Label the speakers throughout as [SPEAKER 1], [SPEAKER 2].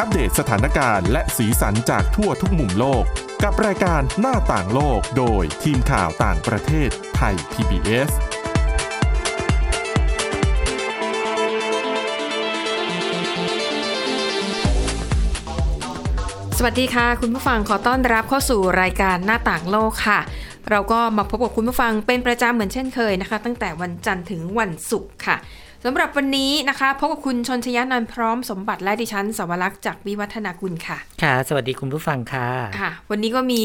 [SPEAKER 1] อัปเดตสถานการณ์และสีสันจากทั่วทุกมุมโลก กับรายการหน้าต่างโลกโดยทีมข่าวต่างประเทศไทย PBS
[SPEAKER 2] สวัสดีค่ะ คุณผู้ฟังขอต้อนรับเข้าสู่รายการหน้าต่างโลกค่ะ เราก็มาพบกับคุณผู้ฟังเป็นประจำเหมือนเช่นเคยนะคะ ตั้งแต่วันจันทร์ถึงวันศุกร์ค่ะสำหรับวันนี้นะคะพบกับคุณชนชยานันท์พร้อมสมบัติและดิฉันสวรักษ์จากวิวัฒนาคุณค่ะ
[SPEAKER 3] ค่ะ สวัสดีคุณผู้ฟังค่ะ
[SPEAKER 2] ค่ะ วันนี้ก็มี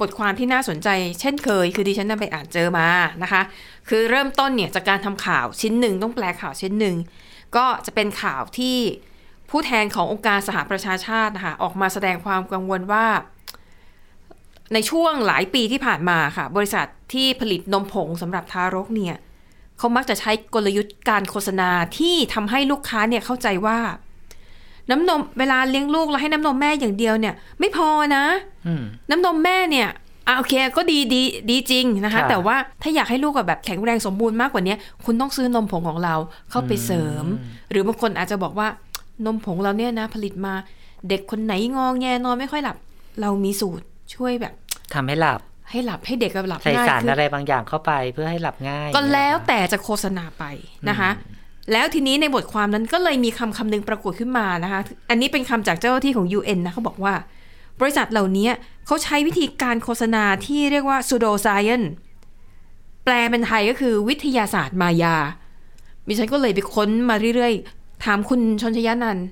[SPEAKER 2] บทความที่น่าสนใจ เช่นเคย คือดิฉันนำไปอ่านเจอมานะคะ คือเริ่มต้นเนี่ยจากการทำข่าวชิ้นหนึ่งต้องแปลข่าวชิ้นหนึ่ง ก็จะเป็นข่าวที่ผู้แทนขององค์การสหประชาชาตินะคะออกมาแสดงความกังวลว่า ในช่วงหลายปีที่ผ่านมาค่ะ บริษัทที่ผลิตนมผงสำหรับทารกเนี่ยเขามักจะใช้กลยุทธ์การโฆษณาที่ทำให้ลูกค้าเนี่ยเข้าใจว่า น้ำนมเวลาเลี้ยงลูกแล้วให้น้ำนมแม่อย่างเดียวเนี่ย ไม่พอนะ
[SPEAKER 3] อืม
[SPEAKER 2] น้ำนมแม่เนี่ยอ่ะโอเคก็ดีดีดีจริงนะคะ
[SPEAKER 3] ค่ะ
[SPEAKER 2] แต่ว่าถ้าอยากให้ลูกอะแบบแข็งแรงสมบูรณ์มากกว่านี้คุณต้องซื้อนมผงของเราเข้าไปเสริม หรือบางคนอาจจะบอกว่านมผงเราเนี่ยนะ ผลิตมาเด็กคนไหนงอแงนอนไม่ค่อยหลับ เรามีสูตรช่วยแบบ
[SPEAKER 3] ทำให้หลับ
[SPEAKER 2] ให้หลับให้เด็กอะหลับ
[SPEAKER 3] ใส่
[SPEAKER 2] ง่าย
[SPEAKER 3] สาร
[SPEAKER 2] ขึ้น
[SPEAKER 3] อะไรบางอย่างเข้าไปเพื่อให้หลับง่าย
[SPEAKER 2] ก็แล้วแต่จะโฆษณาไปนะคะ แล้วทีนี้ในบทความนั้นก็เลยมีคำคำหนึงปรากฏขึ้นมานะคะ อันนี้เป็นคำจากเจ้าหน้าที่ของ UN นะเขาบอกว่า บริษัทเหล่านี้เขาใช้วิธีการโฆษณาที่เรียกว่า pseudo science แปลเป็นไทยก็คือวิทยาศาสตร์มายาดิฉันก็เลยไปค้นมาเรื่อยๆ ถามคุณชนชยานันท์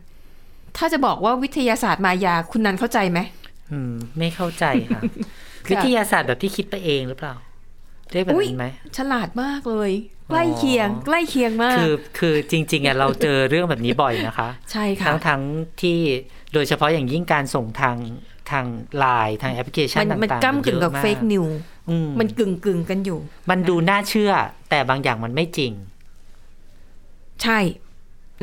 [SPEAKER 2] ถ้าจะบอกว่าวิทยาศาสตร์มายาคุณนันเข้าใจไหม
[SPEAKER 3] อืม ไม่เข้าใจค่ะ วิทยาศาสตร์แบบที่คิดไปเองหรือเปล่า เรียกแบบ
[SPEAKER 2] อุ๊ย
[SPEAKER 3] นั้นไหม
[SPEAKER 2] ฉลาดมากเลย ใกล้เคียง ใกล้เคียงมาก
[SPEAKER 3] คือ คือจริงๆอ่ะเราเจอเรื่องแบบนี้บ่อยนะคะ
[SPEAKER 2] ใช่ค่ะ
[SPEAKER 3] ทั้งทั้งที่โดยเฉพาะอย่างยิ่งการส่งทางทางไลน์ทางแอปพลิเคชัน
[SPEAKER 2] มัน
[SPEAKER 3] ต่า
[SPEAKER 2] มั
[SPEAKER 3] งๆ
[SPEAKER 2] นก้ำกึ่งกับ
[SPEAKER 3] ยอะา
[SPEAKER 2] เฟกนิว
[SPEAKER 3] อืม
[SPEAKER 2] มันกึ่งกึ่งๆกันอยู่
[SPEAKER 3] มันดูน่าเชื่อ แต่บางอย่างมันไม่จริง
[SPEAKER 2] ใช่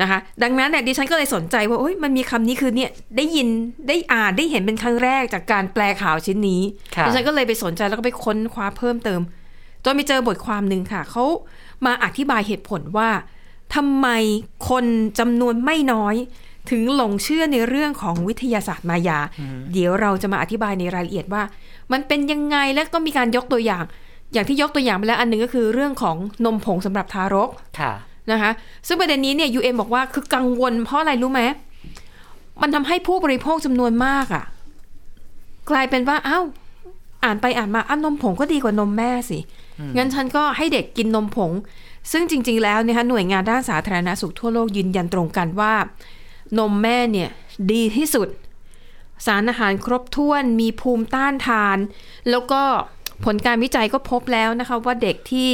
[SPEAKER 2] นะคะ ดังนั้นเนี่ยดิฉันก็เลยสนใจว่าโอ้ยมันมีคำนี้คือเนี่ยได้ยินได้อ่านได้เห็นเป็นครั้งแรกจากการแปลข่าวชิ้นนี้
[SPEAKER 3] ค่ะ
[SPEAKER 2] ดิฉันก็เลยไปสนใจแล้วก็ไปค้นคว้าเพิ่มเติมจนไปเจอบทความหนึ่งค่ะเขามาอธิบายเหตุผลว่าทำไมคนจำนวนไม่น้อย ถึงหลงเชื่อในเรื่องของวิทยาศาสตร์มายา เดี๋ยวเราจะมาอธิบายในรายละเอียดว่า มันเป็นยังไงและก็มีการยกตัวอย่าง อย่างที่ยกตัวอย่างไปแล้วอันหนึงก็คือเรื่องของนมผงสำหรับทารก
[SPEAKER 3] ค่ะ
[SPEAKER 2] นะคะซึ่งประเด็นนี้เนี่ย UN บอกว่าคือกังวลเพราะอะไรรู้ไหมมันทำให้ผู้บริโภคจำนวนมากอะ่ะ กลายเป็นว่า เอ้า อ่านไปอ่านมาอ้าวนมผงก็ดีกว่านมแม่สิงั้นฉันก็ให้เด็กกินนมผง ซึ่งจริง ๆ แล้วเนะคะหน่วยงานด้านสาธารณสุขทั่วโลกยืนยันตรงกันว่า นมแม่เนี่ย ดีที่สุด สารอาหารครบถ้วนมีภูมิต้านทาน แล้วก็ผลการวิจัยก็พบแล้วนะคะว่าเด็กที่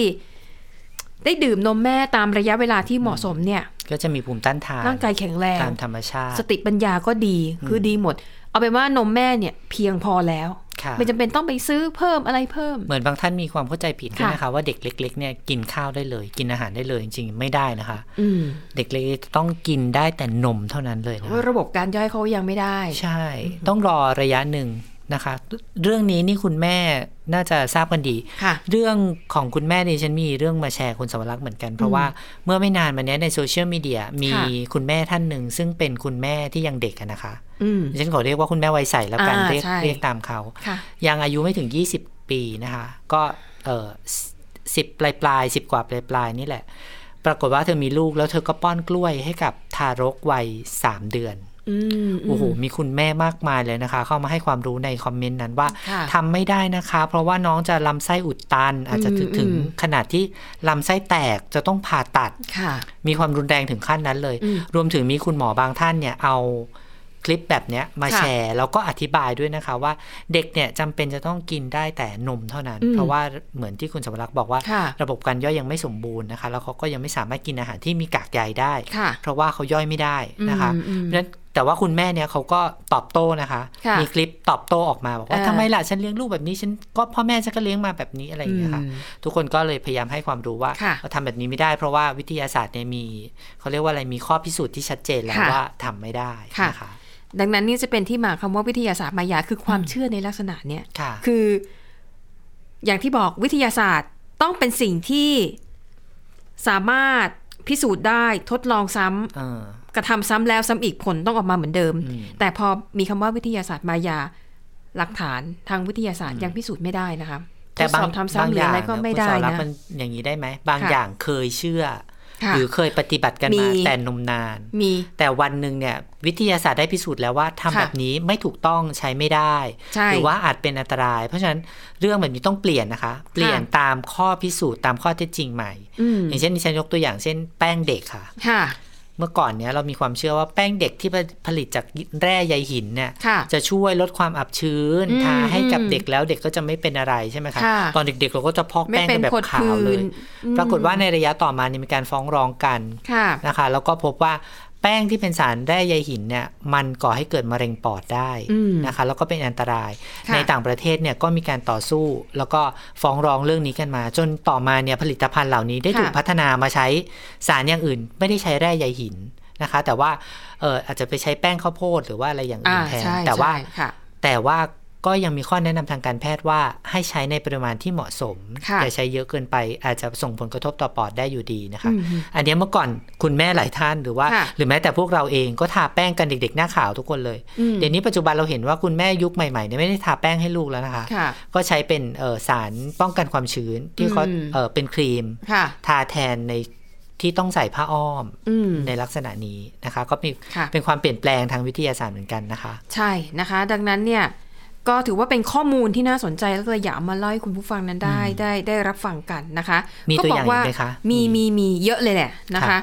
[SPEAKER 2] ได้ดื่มนมแม่ตามระยะเวลาที่เหมาะสมเนี่ย
[SPEAKER 3] ก็จะมีภูมิต้านทาน
[SPEAKER 2] ร่างกายแข็งแรง
[SPEAKER 3] ตามธรรมชาติ
[SPEAKER 2] สติปัญญาก็ดีคือดีหมด เอาเป็นว่านมแม่เนี่ยเพียงพอแล้ว
[SPEAKER 3] ค่ะ
[SPEAKER 2] ไม่จำเป็นต้องไปซื้อเพิ่มอะไรเพิ่ม
[SPEAKER 3] เหมือนบางท่านมีความเข้าใจผิดด้วย
[SPEAKER 2] ค่ะ
[SPEAKER 3] นะคะว่าเด็กเล็ก ๆ เนี่ยกินข้าวได้เลย กินอาหารได้เลยจริงๆไม่ได้นะคะ
[SPEAKER 2] อืม
[SPEAKER 3] เด็กเล็กจะต้องกินได้แต่นมเท่านั้นเลยนะ
[SPEAKER 2] ว่า
[SPEAKER 3] คะ
[SPEAKER 2] ระบบการย่อยเขายังไม่ได้
[SPEAKER 3] ใช่ ต้องรอระยะหนึ่งนะคะ เรื่องนี้นี่คุณแม่น่าจะทราบกันดี
[SPEAKER 2] ค่ะ
[SPEAKER 3] เรื่องของคุณแม่ดิฉันมีเรื่องมาแชร์คุณสวรักษ์เหมือนกัน เพราะว่าเมื่อไม่นานมาเนี้ยในโซเชียลมีเดียมี
[SPEAKER 2] ค่ะ
[SPEAKER 3] คุณแม่ท่านหนึ่งซึ่งเป็นคุณแม่ที่ยังเด็กอะนะคะ
[SPEAKER 2] อืม
[SPEAKER 3] ดิฉันขอเรียกว่าคุณแม่วัยใสแล้วกัน
[SPEAKER 2] อ่า
[SPEAKER 3] เรียก
[SPEAKER 2] ใช่
[SPEAKER 3] เรียกตามเขา
[SPEAKER 2] ค่ะ
[SPEAKER 3] ยังอายุไม่ถึง 20 ปีนะคะ ก็เออสิบปลายปลายสิบกว่าปลายปลายนี่แหละ ปรากฏว่าเธอมีลูกแล้วเธอก็ป้อนกล้วยให้กับทารกวัย 3 เดือน
[SPEAKER 2] อืมม
[SPEAKER 3] โอ้โห มีคุณแม่มากมายเลยนะคะ เข้ามาให้ความรู้ในคอมเมนต์นั้นว่า
[SPEAKER 2] ค่ะ
[SPEAKER 3] ทำไม่ได้นะคะ เพราะว่าน้องจะลำไส้อุดตัน อาจจะถึง
[SPEAKER 2] อืมอืม
[SPEAKER 3] ถึงขนาดที่ลำไส้แตกจะต้องผ่าตัด
[SPEAKER 2] ค่ะ
[SPEAKER 3] มีความรุนแรงถึงขั้นนั้นเลย
[SPEAKER 2] อืม
[SPEAKER 3] รวมถึงมีคุณหมอบางท่านเนี่ยเอาคลิปแบบเนี้ยมา
[SPEAKER 2] ค่ะ
[SPEAKER 3] แชร์แล้วก็อธิบายด้วยนะคะว่าเด็กเนี่ยจำเป็นจะต้องกินได้แต่นมเท่านั้น
[SPEAKER 2] อืม
[SPEAKER 3] เพราะว่าเหมือนที่คุณสมรักษ์บอกว่า
[SPEAKER 2] ค่ะ
[SPEAKER 3] ระบบการย่อยยังไม่สมบูรณ์นะคะ แล้วเขาก็ยังไม่สามารถกินอาหารที่มีกากใยได้
[SPEAKER 2] ค่ะ
[SPEAKER 3] เพราะว่าเขาย่อยไม่ได้นะคะ
[SPEAKER 2] อืมอืม
[SPEAKER 3] เพราะฉะนั้นแต่ว่าคุณแม่เนี่ยเขาก็ตอบโต้นะคะ
[SPEAKER 2] ค่ะ
[SPEAKER 3] มีคลิปตอบโต้ออกมาบอกว่า
[SPEAKER 2] เออ
[SPEAKER 3] ทำไมล่ะฉันเลี้ยงลูกแบบนี้ฉันก็พ่อแม่ฉันก็เลี้ยงมาแบบนี้อะไรอย่างเงี้ยค่ะ
[SPEAKER 2] อืม
[SPEAKER 3] ทุกคนก็เลยพยายามให้ความรู้ว่า
[SPEAKER 2] ค่ะ
[SPEAKER 3] เราทำแบบนี้ไม่ได้เพราะว่าวิทยาศาสตร์เนี่ยมีเขาเรียกว่าอะไรมีข้อพิสูจน์ที่ชัดเจนแล้ว
[SPEAKER 2] ค่ะ
[SPEAKER 3] ว่าทำไม่ได้
[SPEAKER 2] ค่ะ
[SPEAKER 3] นะคะ
[SPEAKER 2] ดังนั้นนี่จะเป็นที่มาคำว่าวิทยาศาสตร์มายาคือความเชื่อในลักษณะเนี้ย
[SPEAKER 3] ค่ะ
[SPEAKER 2] คือ อย่างที่บอกวิทยาศาสตร์ต้องเป็นสิ่งที่สามารถพิสูจน์ได้ทดลองซ้ำ
[SPEAKER 3] เออ
[SPEAKER 2] กระทำซ้ำแล้วซ้ำอีกผลต้องออกมาเหมือนเดิม
[SPEAKER 3] อืม
[SPEAKER 2] แต่พอมีคำว่าวิทยาศาสตร์มายาหลักฐานทางวิทยาศาสตร์ยังพิสูจน์ไม่ได้นะคะทดสอบทำซ้ำหรืออะไรก็ไม่ได้
[SPEAKER 3] คุณสอนรับ
[SPEAKER 2] นะ
[SPEAKER 3] มันอย่างนี้ได้ไหม บาง
[SPEAKER 2] ค่ะ
[SPEAKER 3] อย่างเคยเชื่อ
[SPEAKER 2] ค่ะ
[SPEAKER 3] หรือเคยปฏิบัติกัน
[SPEAKER 2] มี
[SPEAKER 3] มาแต่นมนาน
[SPEAKER 2] มี
[SPEAKER 3] แต่วันหนึ่งเนี่ยวิทยาศาสตร์ได้พิสูจน์แล้วว่าทำ
[SPEAKER 2] ค่ะ
[SPEAKER 3] แบบนี้ไม่ถูกต้องใช้ไม่ได้
[SPEAKER 2] ใช่
[SPEAKER 3] หรือว่าอาจเป็นอันตราย เพราะฉะนั้นเรื่องแบบนี้ต้องเปลี่ยนนะคะ เปลี่ยนตามข้อพิสูจน์ตามข้อเท็จจริงใหม่
[SPEAKER 2] อืม
[SPEAKER 3] อย่างเช่นดิฉันยกตัวอย่างเช่นแป้งเด็กค่ะ
[SPEAKER 2] ค่ะ
[SPEAKER 3] เมื่อก่อนเนี้ยเรามีความเชื่อว่าแป้งเด็กที่ผลิตจากแร่ใยหินเนี่ย
[SPEAKER 2] ค่ะ
[SPEAKER 3] จะช่วยลดความอับชื้น
[SPEAKER 2] อืม
[SPEAKER 3] ทาให้กับเด็กแล้วเด็กก็จะไม่เป็นอะไรใช่ไหมคะ
[SPEAKER 2] ค่ะ
[SPEAKER 3] ตอนเด็กๆเราก็จะพอก
[SPEAKER 2] ไม่
[SPEAKER 3] แป้ง
[SPEAKER 2] เป็
[SPEAKER 3] กัน นแบ
[SPEAKER 2] ผ
[SPEAKER 3] บ
[SPEAKER 2] ด
[SPEAKER 3] ขาว
[SPEAKER 2] พื้
[SPEAKER 3] เลย
[SPEAKER 2] น
[SPEAKER 3] ปรากฏว่าในระยะต่อมาเนี่ยมีการฟ้องร้องกัน
[SPEAKER 2] ค่ะ
[SPEAKER 3] นะคะ แล้วก็พบว่าแป้งที่เป็นสารแร่ใยหินเนี่ยมันก่อให้เกิดมะเร็งปอดได้
[SPEAKER 2] อืม
[SPEAKER 3] นะคะ แล้วก็เป็นอันตราย
[SPEAKER 2] ค่ะ
[SPEAKER 3] ในต่างประเทศเนี่ยก็มีการต่อสู้ แล้วก็ฟ้องร้องเรื่องนี้กันมา จนต่อมาเนี่ยผลิตภัณฑ์เหล่านี้ได้ถูกพัฒนามาใช้สารอย่างอื่น ไม่ได้ใช้แร่ใยหินนะคะ แต่ว่าเอออาจจะไปใช้แป้งข้าวโพดหรือว่าอะไรอย่าง
[SPEAKER 2] อ่า
[SPEAKER 3] อื่นแทน
[SPEAKER 2] ใช่
[SPEAKER 3] แต่ว่า
[SPEAKER 2] ใช่ค่ะ
[SPEAKER 3] แต่ว่าก็ยังมีข้อแนะนำทางการแพทย์ว่าให้ใช้ในปริมาณที่เหมาะสม
[SPEAKER 2] ค่ะ
[SPEAKER 3] อย่าใช้เยอะเกินไป อาจจะส่งผลกระทบต่อปอดได้อยู่ดีนะคะ
[SPEAKER 2] อืม
[SPEAKER 3] อันเนี้ยเมื่อก่อนคุณแม่หลายท่านหรือว่า
[SPEAKER 2] ค่ะ
[SPEAKER 3] หรือแม้แต่พวกเราเองก็ทาแป้งกันเด็ก ๆ หน้าขาวทุกคนเลย
[SPEAKER 2] อืม
[SPEAKER 3] เดี๋ยวนี้ปัจจุบันเราเห็นว่าคุณแม่ยุคใหม่ๆเนี่ยไม่ได้ทาแป้งให้ลูกแล้วนะคะ
[SPEAKER 2] ค่ะ
[SPEAKER 3] ก็ใช้เป็นเอ่อสารป้องกันความชื้นที่เขา
[SPEAKER 2] อืม
[SPEAKER 3] เอ่อเป็นครีม
[SPEAKER 2] ค่ะ
[SPEAKER 3] ทาแทนในที่ต้องใส่ผ้าอ้อม
[SPEAKER 2] อืม
[SPEAKER 3] ในลักษณะนี้นะคะ ก็มี
[SPEAKER 2] ค่ะ
[SPEAKER 3] เป็นความเปลี่ยนแปลงทางวิทยาศาสตร์เหมือนกันนะคะ
[SPEAKER 2] ใช่นะคะ ดังนั้นเนี่ยก็ถือว่าเป็นข้อมูลที่น่าสนใจแล้วก็เลยอยากเอามาเล่าให้คุณผู้ฟังนั้นได้ได้ได้รับฟังกันนะคะ
[SPEAKER 3] มี
[SPEAKER 2] ก็
[SPEAKER 3] ตัว
[SPEAKER 2] บ
[SPEAKER 3] อย่าง
[SPEAKER 2] กว่า
[SPEAKER 3] อีกไหมคะ
[SPEAKER 2] มี
[SPEAKER 3] มี
[SPEAKER 2] มีมีเยอะเลยแหละนะคะ
[SPEAKER 3] ค่ะ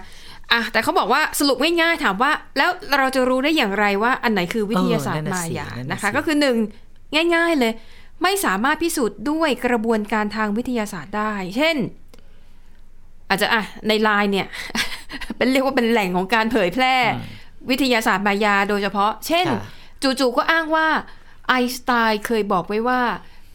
[SPEAKER 2] อ่ะแต่เขาบอกว่าสรุปง่ายๆถามว่า แล้วเราจะรู้ได้อย่างไรว่าอันไหนคือวิทยาศาสตร์
[SPEAKER 3] เออนั่น
[SPEAKER 2] มา
[SPEAKER 3] น่ะสิ
[SPEAKER 2] ยา
[SPEAKER 3] นั่นน่ะ
[SPEAKER 2] นะคะ
[SPEAKER 3] สิ
[SPEAKER 2] ก็คือหนึ่งง่าย ๆเลย ไม่สามารถพิสูจน์ด้วยกระบวนการทางวิทยาศาสตร์ได้ เช่น อาจจะอ่ะในไลน์เนี่ย เป็นเรียกว่าเป็นแหล่งของการเผยแพร่ วิทยาศาสตร์มายาโดยเฉพาะ เช่น
[SPEAKER 3] ค่ะ
[SPEAKER 2] จู่ๆก็อ้างว่าไอน์สไตน์เคยบอกไว้ว่า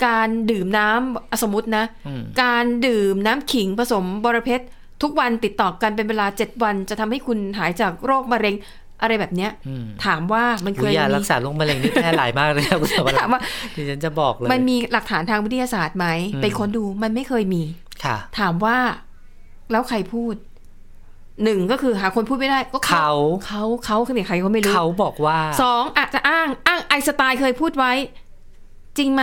[SPEAKER 2] การดื่มน้ำอ่ะสมมตินะ
[SPEAKER 3] อืม
[SPEAKER 2] การดื่มน้ำขิงผสมบอระเพ็ดทุกวันติดต่อกันเป็นเวลา 7 วันจะทำให้คุณหายจากโรคมะเร็งอะไรแบบเนี้ย
[SPEAKER 3] อืม
[SPEAKER 2] ถามว่ามันเค
[SPEAKER 3] อุ๊
[SPEAKER 2] ย
[SPEAKER 3] ยยา
[SPEAKER 2] มี
[SPEAKER 3] รักษาโรคมะเร็งนี่แพร่หลายมากเลยนะคุณสวรร
[SPEAKER 2] ถามว่า
[SPEAKER 3] ค์ดิฉันจะบอกเลย
[SPEAKER 2] มันมีหลักฐานทางวิทยาศาสตร์ไหม
[SPEAKER 3] อืม
[SPEAKER 2] ไปค้นดูมันไม่เคยมี
[SPEAKER 3] ค่ะ
[SPEAKER 2] ถามว่าแล้วใครพูดหนึ่งก็คือหาคนพูดไม่ได้ก็
[SPEAKER 3] เขา
[SPEAKER 2] เขาเขาคือใครก็ไม่รู้
[SPEAKER 3] เขาบอกว่า
[SPEAKER 2] สองอาจจะอ้างอ้างไอน์สไตล์เคยพูดไว้ จริงไหม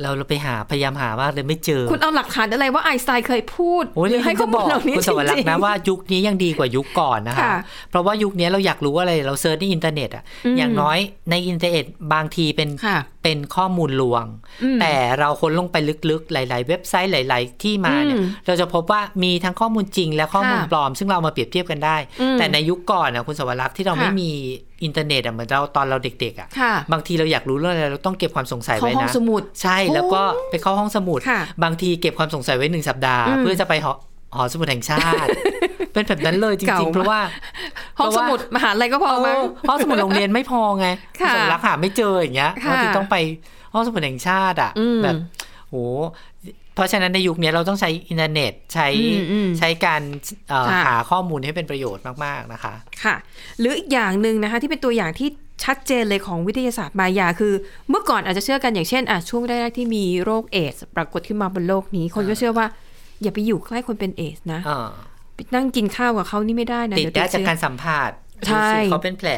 [SPEAKER 3] เราเราไปหาพยายามหามากเลยไม่เจอ
[SPEAKER 2] คุณเอาหลักฐานอะไรว่าไอน์สไตล์เคยพูด
[SPEAKER 3] โอ้ย
[SPEAKER 2] หรือให้
[SPEAKER 3] ดิฉัน
[SPEAKER 2] ข้อ
[SPEAKER 3] จะบ
[SPEAKER 2] มูล
[SPEAKER 3] อก
[SPEAKER 2] เหล่านี้
[SPEAKER 3] คุณ
[SPEAKER 2] จ
[SPEAKER 3] ส
[SPEAKER 2] ริง
[SPEAKER 3] วรร
[SPEAKER 2] ๆ
[SPEAKER 3] ค์นะว่ายุคนี้ยังดีกว่ายุคก่อนนะคะ
[SPEAKER 2] ค่ะ
[SPEAKER 3] เพราะว่ายุคนี้เราอยากรู้อะไรเราเซิร์ชในอินเทอร์เน็ตอ่ะ
[SPEAKER 2] อืม
[SPEAKER 3] อย่างน้อยในอินเทอร์เน็ตบางทีเป็น
[SPEAKER 2] ค่ะ
[SPEAKER 3] เป็นข้อมูลลวง
[SPEAKER 2] อืม
[SPEAKER 3] แต่เราค้นลงไปลึกๆ หลาย ๆ เว็บไซต์หลาย ๆ ที่มาเนี่ย
[SPEAKER 2] อืม
[SPEAKER 3] เราจะพบว่ามีทั้งข้อมูลจริงและข้อมูล
[SPEAKER 2] ค่ะ
[SPEAKER 3] ปลอม ซึ่งเรามาเปรียบเทียบกันได้
[SPEAKER 2] อืม
[SPEAKER 3] แต่ในยุคก่อนนะคุณสวรักษ์ที่เรา
[SPEAKER 2] ค่ะ
[SPEAKER 3] ไม่มีอินเทอร์เน็ตอะเหมือนเราตอนเราเด็กๆอ่ะ
[SPEAKER 2] ค่ะ
[SPEAKER 3] บางทีเราอยากรู้เรื่องอะไรเราต้องเก็บความสงสัย
[SPEAKER 2] เขา
[SPEAKER 3] ไว้
[SPEAKER 2] ห้อง
[SPEAKER 3] นะ
[SPEAKER 2] สมุด
[SPEAKER 3] ใช่แล้วก็ไปเข้าห้องสมุด
[SPEAKER 2] ค่ะ
[SPEAKER 3] บางทีเก็บความสงสัยไว้หนึ่งสัปดาห์
[SPEAKER 2] อืม
[SPEAKER 3] เพื่อจะไปหอหอสมุดแห่งชา ติ เป็นแบบนั้นเลยจ
[SPEAKER 2] เก่า
[SPEAKER 3] ริง
[SPEAKER 2] มาก
[SPEAKER 3] ๆ เพ
[SPEAKER 2] ห้อง
[SPEAKER 3] ราะว่า
[SPEAKER 2] สมุดมหาลัยก็พอมั้ง
[SPEAKER 3] ห้องสมุดโรงเรียนไม่พอไง
[SPEAKER 2] ค่ะ
[SPEAKER 3] สมรักหาไม่เจออย่างเงี้ย
[SPEAKER 2] ค่ะ
[SPEAKER 3] บางทีต้องไปห้องสมุดแห่งชาติอ่ะ
[SPEAKER 2] อืม
[SPEAKER 3] แบบโหเพราะฉะนั้นในยุคเนี้ยเราต้องใช้อินเทอร์เน็ตใช้
[SPEAKER 2] อืมอืม
[SPEAKER 3] ใช้การเอ่อ
[SPEAKER 2] ค่ะ
[SPEAKER 3] หาข้อมูลให้เป็นประโยชน์มากๆนะคะ
[SPEAKER 2] ค่ะ หรืออีกอย่างหนึ่งนะคะ ที่เป็นตัวอย่างที่ชัดเจนเลยของวิทยาศาสตร์มายาคือ เมื่อก่อนอาจจะเชื่อกันอย่างเช่นอ่ะช่วงแรกๆที่มีโรคเอดสปรากฏขึ้นมาบนโลกนี้ คนก็เชื่อว่า อย่าไปอยู่ใกล้คนเป็นเอดสนะ
[SPEAKER 3] เออ
[SPEAKER 2] ไปนั่งกินข้าวกับเขานี่ไม่ได้นะ
[SPEAKER 3] ติด
[SPEAKER 2] เยว
[SPEAKER 3] ได้
[SPEAKER 2] ติด
[SPEAKER 3] จาก
[SPEAKER 2] เชื้อ
[SPEAKER 3] การสัมผัส
[SPEAKER 2] ใช่
[SPEAKER 3] รู้สึกเขาเป็นแผล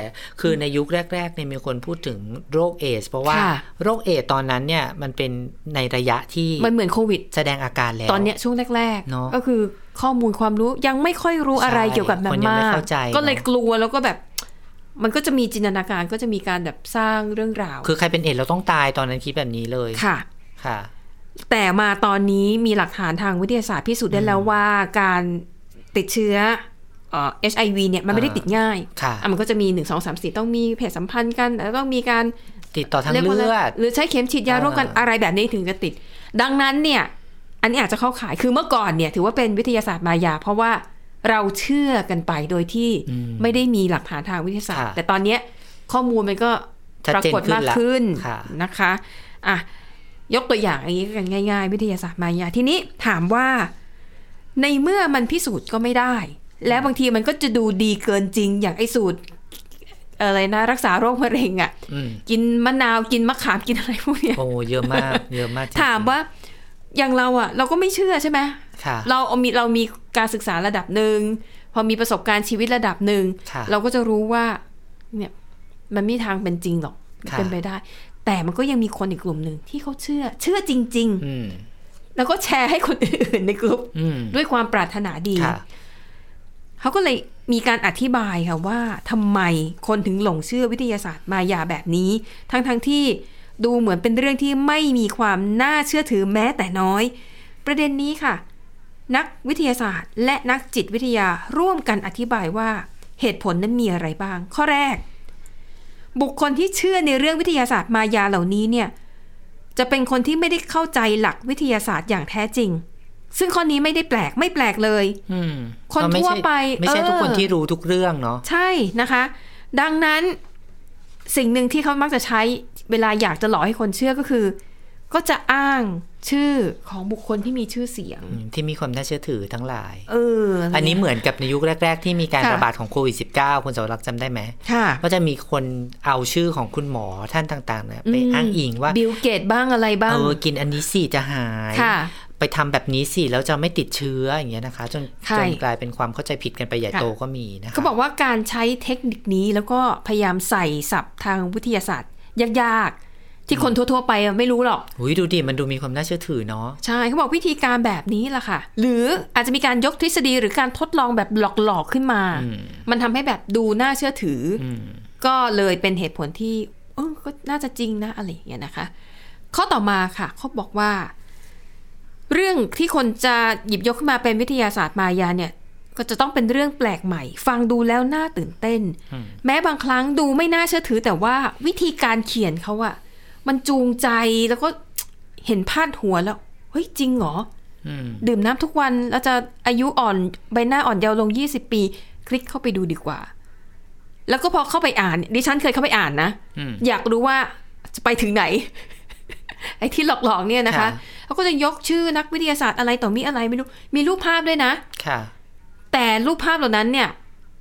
[SPEAKER 3] คือในยุคแรกๆเนี่ยมีคนพูดถึงโรคเอดส์เพราะว่า
[SPEAKER 2] ค่ะ
[SPEAKER 3] โรคเอดส์ตอนนั้นเนี่ยมันเป็นในระยะที่
[SPEAKER 2] มันเหมือนโควิด
[SPEAKER 3] แสดงอาการแล้ว
[SPEAKER 2] ตอนเนี้ยช่วงแรก
[SPEAKER 3] เนอะ
[SPEAKER 2] ก็คือข้อมูลความรู้ยังไม่ค่อยรู้อะไร
[SPEAKER 3] ใช่
[SPEAKER 2] เกี่ยวกับมั
[SPEAKER 3] คน
[SPEAKER 2] น
[SPEAKER 3] ยัง
[SPEAKER 2] มา
[SPEAKER 3] ไม่
[SPEAKER 2] ก
[SPEAKER 3] เข้าใจเนอะ
[SPEAKER 2] ก็เลยกลัวแล้วก็แบบ มันก็จะมีจินตนาการก็จะมีการแบบสร้างเรื่องราว
[SPEAKER 3] คือใครเป็นเอดส์เราต้องตายตอนนั้นคิดแบบนี้เลย
[SPEAKER 2] ค่ะ
[SPEAKER 3] ค่ะ
[SPEAKER 2] แต่มาตอนนี้มีหลักฐานทางวิทยาศาสตร์พิสูจน์ได้แล้วว่าการติดเชื้อเอ่อ HIV เนี่ยมันไม่ได้ติดง่าย
[SPEAKER 3] ค่ะ
[SPEAKER 2] อ่ะมันก็จะมีหนึ่งสองสามสี่ต้องมีเพศสัมพันธ์กัน แล้วต้องมีการ
[SPEAKER 3] ติดต่อทาง
[SPEAKER 2] รียกว่าะ
[SPEAKER 3] เลื
[SPEAKER 2] ไร
[SPEAKER 3] อด
[SPEAKER 2] หรือใช้เข็มฉีดยา
[SPEAKER 3] เออ
[SPEAKER 2] ร่วมกันอะไรแบบนี้ถึงจะติด ดังนั้นเนี่ย อันนี้อาจจะเข้าขายคือเมื่อก่อนเนี่ย ถือว่าเป็นวิทยาศาสตร์มายา เพราะว่าเราเชื่อกันไปโดยที่ไม่ได้มีหลักฐานทางวิทยาศาสตร์ แต่ตอนเนี้ยข้อมูลมันก็
[SPEAKER 3] ชัด
[SPEAKER 2] ปรา
[SPEAKER 3] เจน
[SPEAKER 2] กฏ
[SPEAKER 3] ขึ้น
[SPEAKER 2] มาก
[SPEAKER 3] ละ
[SPEAKER 2] ขึ้น
[SPEAKER 3] ค่ะ
[SPEAKER 2] นะคะอ่ะยกตัวอย่างอันนี้กันง่าย ๆ วิทยาศาสตร์มายาทีนี้ถามว่า ในเมื่อมันพิสูจน์ก็ไม่ได้ และบางทีมันก็จะดูดีเกินจริงอย่างไอ้สูตรอะไรนะ รักษาโรคมะเร็งอะ
[SPEAKER 3] อืม
[SPEAKER 2] กินมะนาวกินมะขามกินอะไรพวกเนี้ย
[SPEAKER 3] โอ้เยอะมาก เยอะมากจริงๆ
[SPEAKER 2] ถามว่าอย่างเราอะเราก็ไม่เชื่อใช่ไหม
[SPEAKER 3] ค่ะ
[SPEAKER 2] เราเอามีเรามีการศึกษาระดับหนึ่งพ อมีประสบการณ์ชีวิตระดับหนึ่ง
[SPEAKER 3] ค่ะ
[SPEAKER 2] เราก็จะรู้ว่าเนี่ยมันไม่มีทางเป็นจริงหรอก
[SPEAKER 3] ค่ะ
[SPEAKER 2] เป็นไปได้ แต่มันก็ยังมีคนอีกกลุ่มหนึ่งที่เขาเชื่อ เชื่อจริง
[SPEAKER 3] อืม
[SPEAKER 2] ๆ แล้วก็แชร์ให้คน อื่นในกลุ่ม
[SPEAKER 3] อืม
[SPEAKER 2] ด้วยความปรารถนาดี
[SPEAKER 3] ค่ะ
[SPEAKER 2] เขาก็เลยมีการอธิบายค่ะว่าทำไมคนถึงหลงเชื่อวิทยาศาสตร์มายาแบบนี้ ทั้งๆทที่ดูเหมือนเป็นเรื่องที่ไม่มีความน่าเชื่อถือแม้แต่น้อย ประเด็นนี้ค่ะ นักวิทยาศาสตร์ และนักจิตวิทยาร่วมกันอธิบายว่าเหตุผลนั้นมีอะไรบ้าง ข้อแรก บุคคลที่เชื่อในเรื่องวิทยาศาสตร์มายาเหล่านี้เนี่ยจะเป็นคนที่ไม่ได้เข้าใจหลักวิทยาศาสตร์อย่างแท้จริง ซึ่งข้อนี้ไม่ได้แปลกไม่แปลกเลย
[SPEAKER 3] อืม
[SPEAKER 2] คน
[SPEAKER 3] ก็ม่
[SPEAKER 2] ทั่ว
[SPEAKER 3] ใช่
[SPEAKER 2] ไป
[SPEAKER 3] ไม่ใช่
[SPEAKER 2] เออ
[SPEAKER 3] ทุกคนที่รู้ทุกเรื่องเนาะ
[SPEAKER 2] ใช่นะคะ ดังนั้นสิ่งหนึ่งที่เขามักจะใช้เวลาอยากจะหลอกให้คนเชื่อก็คือ ก็จะอ้างชื่อของบุคคลที่มีชื่อเสียง
[SPEAKER 3] อืมที่มีความน่าเชื่อถือทั้งหลาย
[SPEAKER 2] เอออั
[SPEAKER 3] อันนี้เหมือนกับในยุคแรก ๆ ที่มีการ
[SPEAKER 2] ค่ะ
[SPEAKER 3] ระบาดของโควิด -19 คุณสาวรักษ์จำได้ไหม
[SPEAKER 2] ค่ะ
[SPEAKER 3] ก็จะมีคนเอาชื่อของคุณหมอท่านต่างๆเนี่ยไป
[SPEAKER 2] อืม
[SPEAKER 3] อ้างอิงว่า
[SPEAKER 2] บิลเกตบ้างอะไรบ้าง
[SPEAKER 3] เออกินอันนี้สิจะหาย
[SPEAKER 2] ค่ะ
[SPEAKER 3] ไปทำแบบนี้สิแล้วจะไม่ติดเชื้ออย่างเงี้ยนะคะ จน
[SPEAKER 2] ใช่
[SPEAKER 3] จนกลายเป็นความเข้าใจผิดกันไปใหญ่
[SPEAKER 2] ค่ะ
[SPEAKER 3] โตก็มีนะคะ
[SPEAKER 2] เขาบอกว่าการใช้เทคนิคนี้แล้วก็พยายามใส่ศัพท์ทางวิทยาศาสตร์ยากๆ ที่คนทั่วๆไปอะไม่รู้หรอก
[SPEAKER 3] หุยดูดิมันดูมีความน่าเชื่อถือเนาะ
[SPEAKER 2] ใช่เขาบอกวิธีการแบบนี้ล่ะค่ะ หรืออาจจะมีการยกทฤษฎีหรือการทดลองแบบหลอกๆขึ้นมา มันทำให้แบบดูน่าเชื่อถืออก็เลยเป็นเหตุผลที่เออก็น่าจะจริงนะอะไรอย่างเงี้ยนะคะ ข้อต่อมาค่ะเขาบอกว่า เรื่องที่คนจะหยิบยกขึ้นมาเป็นวิทยาศาสตร์มายาเนี่ย ก็จะต้องเป็นเรื่องแปลกใหม่ ฟังดูแล้วน่าตื่นเต้น แม้บางครั้งดูไม่น่าเชื่อถือ แต่ว่าวิธีการเขียนเขาอะมันจูงใจแล้วก็เห็นพาดหัวแล้วเฮ้ยจริงเหรอ
[SPEAKER 3] อืม
[SPEAKER 2] ดื่มน้ำทุกวันแล้วจะอายุอ่อนใบหน้าอ่อนเยาว์ลง 20 ปี คลิกเข้าไปดูดีกว่า แล้วก็พอเข้าไปอ่าน ดิฉันเคยเข้าไปอ่านนะ อยากรู้ว่าจะไปถึงไหน ไอ้ที่หลอกๆเนี่ยนะคะเขาก็จะยกชื่อนักวิทยาศาสตร์อะไรต่อมีอะไรไม่รู้ มีรูปภาพด้วยนะ
[SPEAKER 3] ค่ะ
[SPEAKER 2] แต่รูปภาพเหล่านั้นเนี่ย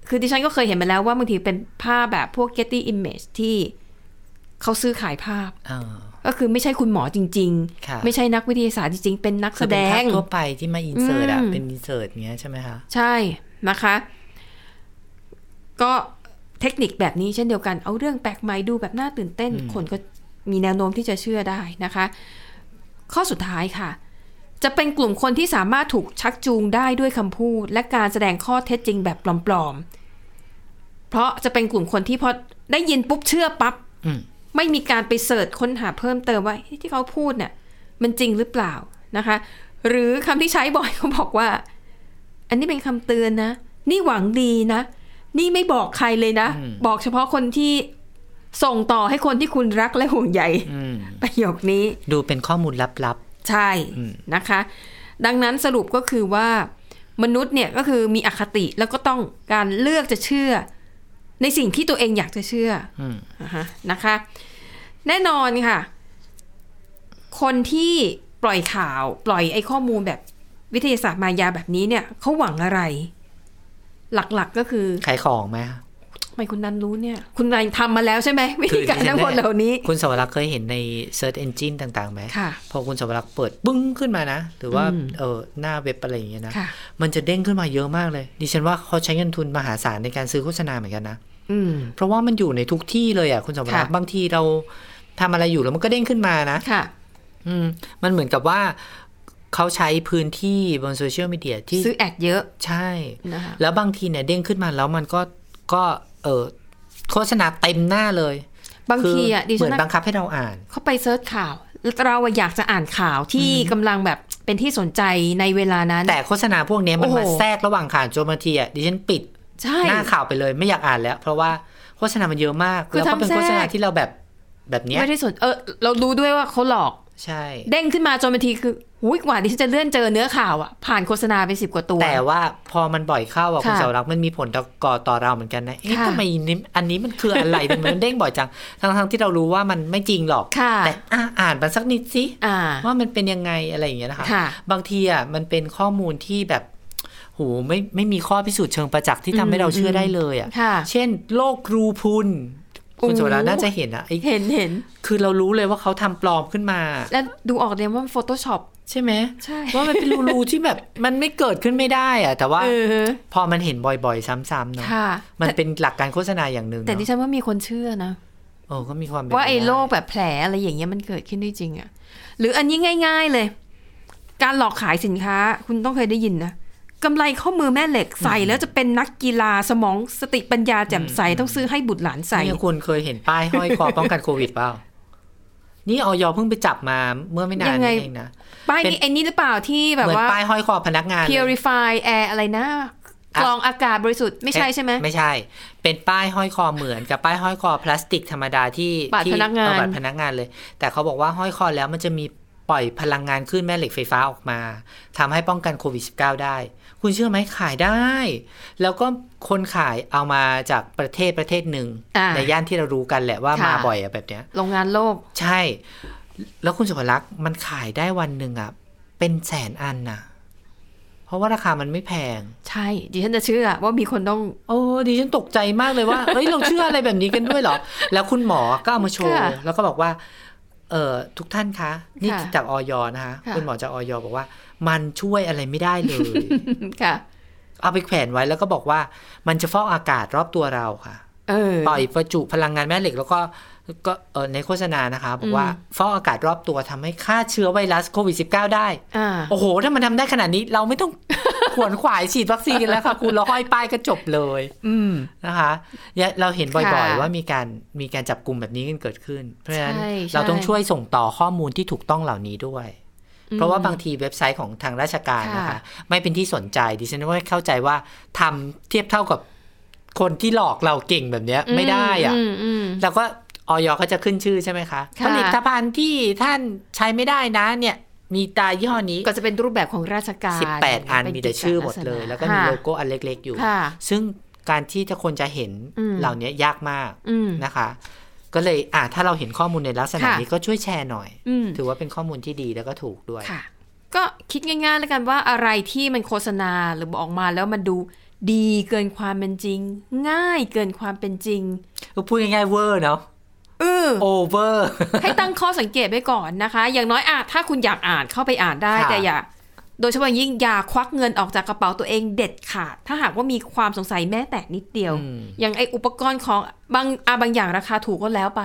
[SPEAKER 2] คือดิฉันก็เคยเห็นมาแล้วว่าบางทีเป็นภาพแบบพวก Getty Image ที่เขาซื้อขายภาพ
[SPEAKER 3] เออ
[SPEAKER 2] ก็คือไม่ใช่คุณหมอจริง
[SPEAKER 3] ค่ะ
[SPEAKER 2] ๆ ไม่ใช่นักวิทยาศาสตร์จริงๆ เป็นนักแส
[SPEAKER 3] คือเป็
[SPEAKER 2] ด
[SPEAKER 3] นภาพ
[SPEAKER 2] ง
[SPEAKER 3] ทั่วไปที่มาอินเสิร์ตอะ
[SPEAKER 2] อืม
[SPEAKER 3] เป็นอินเสิร์ตเงี้ยใช่ไหมคะ
[SPEAKER 2] ใช่นะคะ ก็เทคนิคแบบนี้เช่นเดียวกัน เอาเรื่องแปลกใหม่ดูแบบน่าตื่นเต้น คนก็มีแนวโน้มที่จะเชื่อได้นะคะ ข้อสุดท้ายค่ะ จะเป็นกลุ่มคนที่สามารถถูกชักจูงได้ด้วยคำพูด และการแสดงข้อเท็จจริงแบบปลอมๆ เพราะจะเป็นกลุ่มคนที่พอได้ยินปุ๊บเชื่อปั๊บ
[SPEAKER 3] อืม
[SPEAKER 2] ไม่มีการไปเสิร์ชค้นหาเพิ่มเติมว่าเฮ้ยที่เขาพูดเนี่ยมันจริงหรือเปล่านะคะ หรือคำที่ใช้บ่อยเขาบอกว่า อันนี้เป็นคำเตือนนะ นี่หวังดีนะ นี่ไม่บอกใครเลยนะ บอกเฉพาะคนที่ส่งต่อให้คนที่คุณรักและห่วงใย
[SPEAKER 3] อืม
[SPEAKER 2] ประโยคนี้
[SPEAKER 3] ดูเป็นข้อมูลลับ
[SPEAKER 2] ใช่
[SPEAKER 3] อืม
[SPEAKER 2] นะคะ ดังนั้นสรุปก็คือว่ามนุษย์เนี่ยก็คือมีอคติแล้วก็ต้องการเลือกจะเชื่อ ในสิ่งที่ตัวเองอยากจะเชื่อออ่าฮะนะคะ แน่นอนค่ะ คนที่ปล่อยข่าว ปล่อยไอ้ข้อมูลแบบวิทยาศาสตร์มายาแบบนี้เนี่ยเขาหวังอะไร หลักๆก็คือ
[SPEAKER 3] ๆขายของไหมคะ
[SPEAKER 2] ทำไมคุณนันรู้เนี่ย คุณนันทำมาแล้วใช่ ไหมวิธี การ
[SPEAKER 3] คือดิฉั
[SPEAKER 2] ทั้
[SPEAKER 3] น
[SPEAKER 2] งหมด
[SPEAKER 3] เนี่ย
[SPEAKER 2] เหล่านี้
[SPEAKER 3] คุณสวรักษ์เคยเห็นใน Search Engine ต่างๆไหม
[SPEAKER 2] ค่ะ
[SPEAKER 3] พอคุณสวรักษ์เปิดบึ้งขึ้นมานะ หรือว่า
[SPEAKER 2] อืม
[SPEAKER 3] เออหน้าเว็บอะไรอย่างเงี้ยนะ
[SPEAKER 2] ค่ะ
[SPEAKER 3] มันจะเด้งขึ้นมาเยอะมากเลย ดิฉันว่าเขาใช้เงินทุนมหาศาลในการซื้อโฆษณาเหมือนกันนะ
[SPEAKER 2] อืม
[SPEAKER 3] เพราะว่ามันอยู่ในทุกที่เลยอ่ะคุณสมรัก
[SPEAKER 2] ค่ะ
[SPEAKER 3] บางทีเราทำอะไรอยู่แล้วมันก็เด้งขึ้นมานะ
[SPEAKER 2] ค่ะ
[SPEAKER 3] อืม มันเหมือนกับว่าเขาใช้พื้นที่บนโซเชียลมีเดียที่
[SPEAKER 2] ซื้อแอดเยอะ
[SPEAKER 3] ใช่
[SPEAKER 2] นะคะ
[SPEAKER 3] แล้วบางทีเนี่ยเด้งขึ้นมาแล้วมันก็ก็เออโฆษณาเต็มหน้าเลย
[SPEAKER 2] บางทีอ่ะ
[SPEAKER 3] คื
[SPEAKER 2] ดิ
[SPEAKER 3] เห
[SPEAKER 2] ฉั
[SPEAKER 3] มือน นบั
[SPEAKER 2] อะ
[SPEAKER 3] งคับให้เราอ่าน
[SPEAKER 2] เข้าไปเซิร์ชข่าว เราอะอยากจะอ่านข่าวที่กำลังแบบเป็นที่สนใจในเวลานั้น
[SPEAKER 3] แต่โฆษณาพวกเนี้ยมัน
[SPEAKER 2] โอ้โห
[SPEAKER 3] มาแทรกระหว่างข่าวจนบางทีอ่ะดิฉันปิด
[SPEAKER 2] ใช่
[SPEAKER 3] หน้าข่าวไปเลยไม่อยากอ่านแล้ว เพราะว่าโฆษณามันเยอะมาก
[SPEAKER 2] คือ
[SPEAKER 3] แล้วก็เป็น
[SPEAKER 2] ทำแทรก
[SPEAKER 3] โฆษณาที่เราแบบแบบเนี้ย
[SPEAKER 2] ไม่ได้สนเออเรารู้ด้วยว่าเขาหลอก
[SPEAKER 3] ใช่
[SPEAKER 2] เด้งขึ้นมาจนบางทีคือหุยกว่าดิฉันจะเลื่อนเจอเนื้อข่าวอ่ะผ่านโฆษณาไปสิบกว่าตัว
[SPEAKER 3] แต่ว่าพอมันบ่อยเข้าอ่ะ
[SPEAKER 2] ค่ะ
[SPEAKER 3] คุณสาวรักษ์มันมีผลต่อก่อต่อเราเหมือนกันนะเอ๊ะ
[SPEAKER 2] ค่ะ
[SPEAKER 3] ทำไมนี่อันนี้มันคืออะไร ทำไมมันเด้งบ่อยจังทั้งทั้งๆที่เรารู้ว่ามันไม่จริงหรอก
[SPEAKER 2] ค่ะ
[SPEAKER 3] แต่อ่ะอ่านมันสักนิดสิ
[SPEAKER 2] อ่า
[SPEAKER 3] ว่ามันเป็นยังไงอะไรอย่างเงี้ยนะคะ
[SPEAKER 2] ค่ะ
[SPEAKER 3] บางทีอ่ะมันเป็นข้อมูลที่แบบโหไม่ไม่มีข้อพิสูจน์เชิงประจักษ์ที่ทำให้เราเชื่อได้เลยอ่ะ
[SPEAKER 2] ค่ะ
[SPEAKER 3] เช่นโรครูพุน คุณสุวรรณ
[SPEAKER 2] โอ้โห
[SPEAKER 3] น่าจะเห็นอะไอ้
[SPEAKER 2] เห็นเห็น
[SPEAKER 3] คือเรารู้เลยว่าเขาทำปลอมขึ้นมา
[SPEAKER 2] แล้วดูออกเลยว่ามัน Photoshop
[SPEAKER 3] ใช่ไหม
[SPEAKER 2] ใช่
[SPEAKER 3] ว่ามันเป็นรูๆที่แบบ มันไม่เกิดขึ้นไม่ได้อะแต่ว่า
[SPEAKER 2] เออ
[SPEAKER 3] พอมันเห็นบ่อยๆ ซ้ำๆเนาะ
[SPEAKER 2] ค่ะ
[SPEAKER 3] มัน
[SPEAKER 2] แต่
[SPEAKER 3] เป็นหลักการโฆษณาอย่างหนึ่ง
[SPEAKER 2] แต่ดิ
[SPEAKER 3] เนาะ
[SPEAKER 2] ฉันว่ามีคนเชื่อนะ
[SPEAKER 3] โอ้ก็มีความเป็น
[SPEAKER 2] ว่า
[SPEAKER 3] ปด้
[SPEAKER 2] ไอ้โรคแบบแผลอะไรอย่างเงี้ยมันเกิดขึ้นได้จริงอะหรืออันนี้ง่าย ๆเลย การหลอกขายสินค้าคุณต้องเคยได้ยินนะกำไรข้อมือแม่เหล็กใส่แล้วจะเป็นนักกีฬาสมองสติปัญญาแจ่มใสต้องซื้อให้บุตรหลานใส่
[SPEAKER 3] เนี่ยคุณเคยเห็นป้ายห้อยคอ ป้องกันโควิดเปล่านี่ออยเพิ่งไปจับมาเมื่อไม่นานนี้เองนะ
[SPEAKER 2] ป้าย
[SPEAKER 3] เป็น
[SPEAKER 2] นี้ไอ้นี่หรือเปล่าที่แบบ
[SPEAKER 3] เหมือน
[SPEAKER 2] ว่า
[SPEAKER 3] ป้ายห้อยคอพนักงานเลย
[SPEAKER 2] purify air อะไรนะก
[SPEAKER 3] อ่ะ
[SPEAKER 2] รองอากาศบริสุทธิ์ไม่ใช่ใช่ไหม
[SPEAKER 3] ไม่ใช่ เป็นป้ายห้อยคอเหมือนกับป้ายห้อยคอพลาสติกธรรมดาที่
[SPEAKER 2] บัตร
[SPEAKER 3] ที่
[SPEAKER 2] พนักงาน
[SPEAKER 3] เอบัตรพนักงานเลย แต่เขาบอกว่าห้อยคอแล้วมันจะมีปล่อยพลังงานขึ้นแม่เหล็กไฟฟ้าออกมาทำให้ป้องกันโควิด -19 ได้ คุณเชื่อไหมขายได้ แล้วก็คนขายเอามาจากประเทศประเทศหนึ่ง
[SPEAKER 2] อ่า
[SPEAKER 3] ในย่านที่เรารู้กันแหละว่า
[SPEAKER 2] ค่ะ
[SPEAKER 3] มาบ่อยอะแบบเนี้ย
[SPEAKER 2] โรงงานโลก
[SPEAKER 3] ใช่ แล้วคุณสุภลักษณ์มันขายได้วันหนึ่งอะเป็นแสนอันนะเพราะว่าราคามันไม่แพง
[SPEAKER 2] ใช่ดิฉันจะเชื่อว่ามีคนต้อง
[SPEAKER 3] โอ้ดิฉันตกใจมากเลยว่า เฮ้ย เราเชื่ออะไรแบบนี้กันด้วยเหรอ แล้วคุณหมอก็เอามาโชว์
[SPEAKER 2] ค่ะ
[SPEAKER 3] แล้วก็บอกว่า เออทุกท่านคะ นี่
[SPEAKER 2] ค่ะ
[SPEAKER 3] จากออยนะคะ
[SPEAKER 2] ค่ะ
[SPEAKER 3] คุณหมอจากออยบอกว่า มันช่วยอะไรไม่ได้เลย
[SPEAKER 2] ค่ะ
[SPEAKER 3] เอาไปแขวนไว้แล้วก็บอกว่า มันจะฟอกอากาศรอบตัวเราค่ะ
[SPEAKER 2] เออ
[SPEAKER 3] ปล่อยประจุพลังงานแม่เหล็กแล้วก็ก็เออในโฆษณานะคะ บอกว่า
[SPEAKER 2] อืม
[SPEAKER 3] ฟอกอากาศรอบตัวทำให้ฆ่าเชื้อไวรัสโควิด -19 ได้
[SPEAKER 2] อ่า
[SPEAKER 3] โอ้โห ถ้ามันทำได้ขนาดนี้เราไม่ต้อง ขวนขวายฉีดวัคซีนแล้วค่ะ คุณเราห้อยป้ายก็จบเลย
[SPEAKER 2] อืม
[SPEAKER 3] นะคะเนี่ยเราเห็นบ่อย
[SPEAKER 2] ค่ะ
[SPEAKER 3] ๆ ว่ามีการมีการจับกลุ่มแบบนี้กันเกิดขึ้น เพราะฉะนั้น
[SPEAKER 2] ใช่ใช่
[SPEAKER 3] เราต้องช่วยส่งต่อข้อมูลที่ถูกต้องเหล่านี้ด้วย เพราะว่าบางทีเว็บไซต์ของทางราชการนะคะ ไม่เป็นที่สนใจดิฉันว่าเข้าใจว่าทำเทียบเท่ากับคนที่หลอกเราเก่งแบบเนี้ยไม่ได้อะ
[SPEAKER 2] มอืม
[SPEAKER 3] แล้วก็ออยก็จะขึ้นชื่อใช่ไหมคะ
[SPEAKER 2] ค่ะ
[SPEAKER 3] ผลิตภัณฑ์ที่ท่านใช้ไม่ได้นะเนี่ยมีตรายี่ห้อนี้
[SPEAKER 2] ก็จะเป็นรูปแบบของราชการ
[SPEAKER 3] 18 อัน
[SPEAKER 2] เป็
[SPEAKER 3] มีแต่ชื่อหมด
[SPEAKER 2] กิจ
[SPEAKER 3] เลย
[SPEAKER 2] กษณะ
[SPEAKER 3] แล้วก็มี
[SPEAKER 2] ค่ะ
[SPEAKER 3] โลโก้อันเล็ก ๆ อยู่
[SPEAKER 2] ค่ะ
[SPEAKER 3] ซึ่งการที่จะคนจะเห็น
[SPEAKER 2] อืม
[SPEAKER 3] เหล่านี้ยากมาก
[SPEAKER 2] อืม
[SPEAKER 3] นะคะ ก็เลยอ่ะถ้าเราเห็นข้อมูลในลักษณะ
[SPEAKER 2] ค่ะ
[SPEAKER 3] นี้ก็ช่วยแชร์หน่อย
[SPEAKER 2] อืม
[SPEAKER 3] ถือว่าเป็นข้อมูลที่ดีแล้วก็ถูกด้วย
[SPEAKER 2] ค่ะ ก็คิดง่ายๆแล้วกันว่าอะไรที่มันโฆษณาหรือบอกออกมาแล้วมันดูดีเกินความเป็นจริง ง่ายเกินความเป็นจริง
[SPEAKER 3] ก็พูดง่ายๆเวอร์เนาะ
[SPEAKER 2] เออ
[SPEAKER 3] โอเวอร์
[SPEAKER 2] ให้ตั้งข้อสังเกตไว้ก่อนนะคะ อย่างน้อยอ่ะถ้าคุณอยากอ่านเข้าไปอ่านได้
[SPEAKER 3] ค่ะ
[SPEAKER 2] แต่อย่า โดยเฉพาะอย่างยิ่งอย่าควักเงินออกจากกระเป๋าตัวเองเด็ดขาด ถ้าหากว่ามีความสงสัยแม้แต่นิดเดียว อย่างไออุปกรณ์ของบางอาบางอย่างราคาถูกก็แล้วไป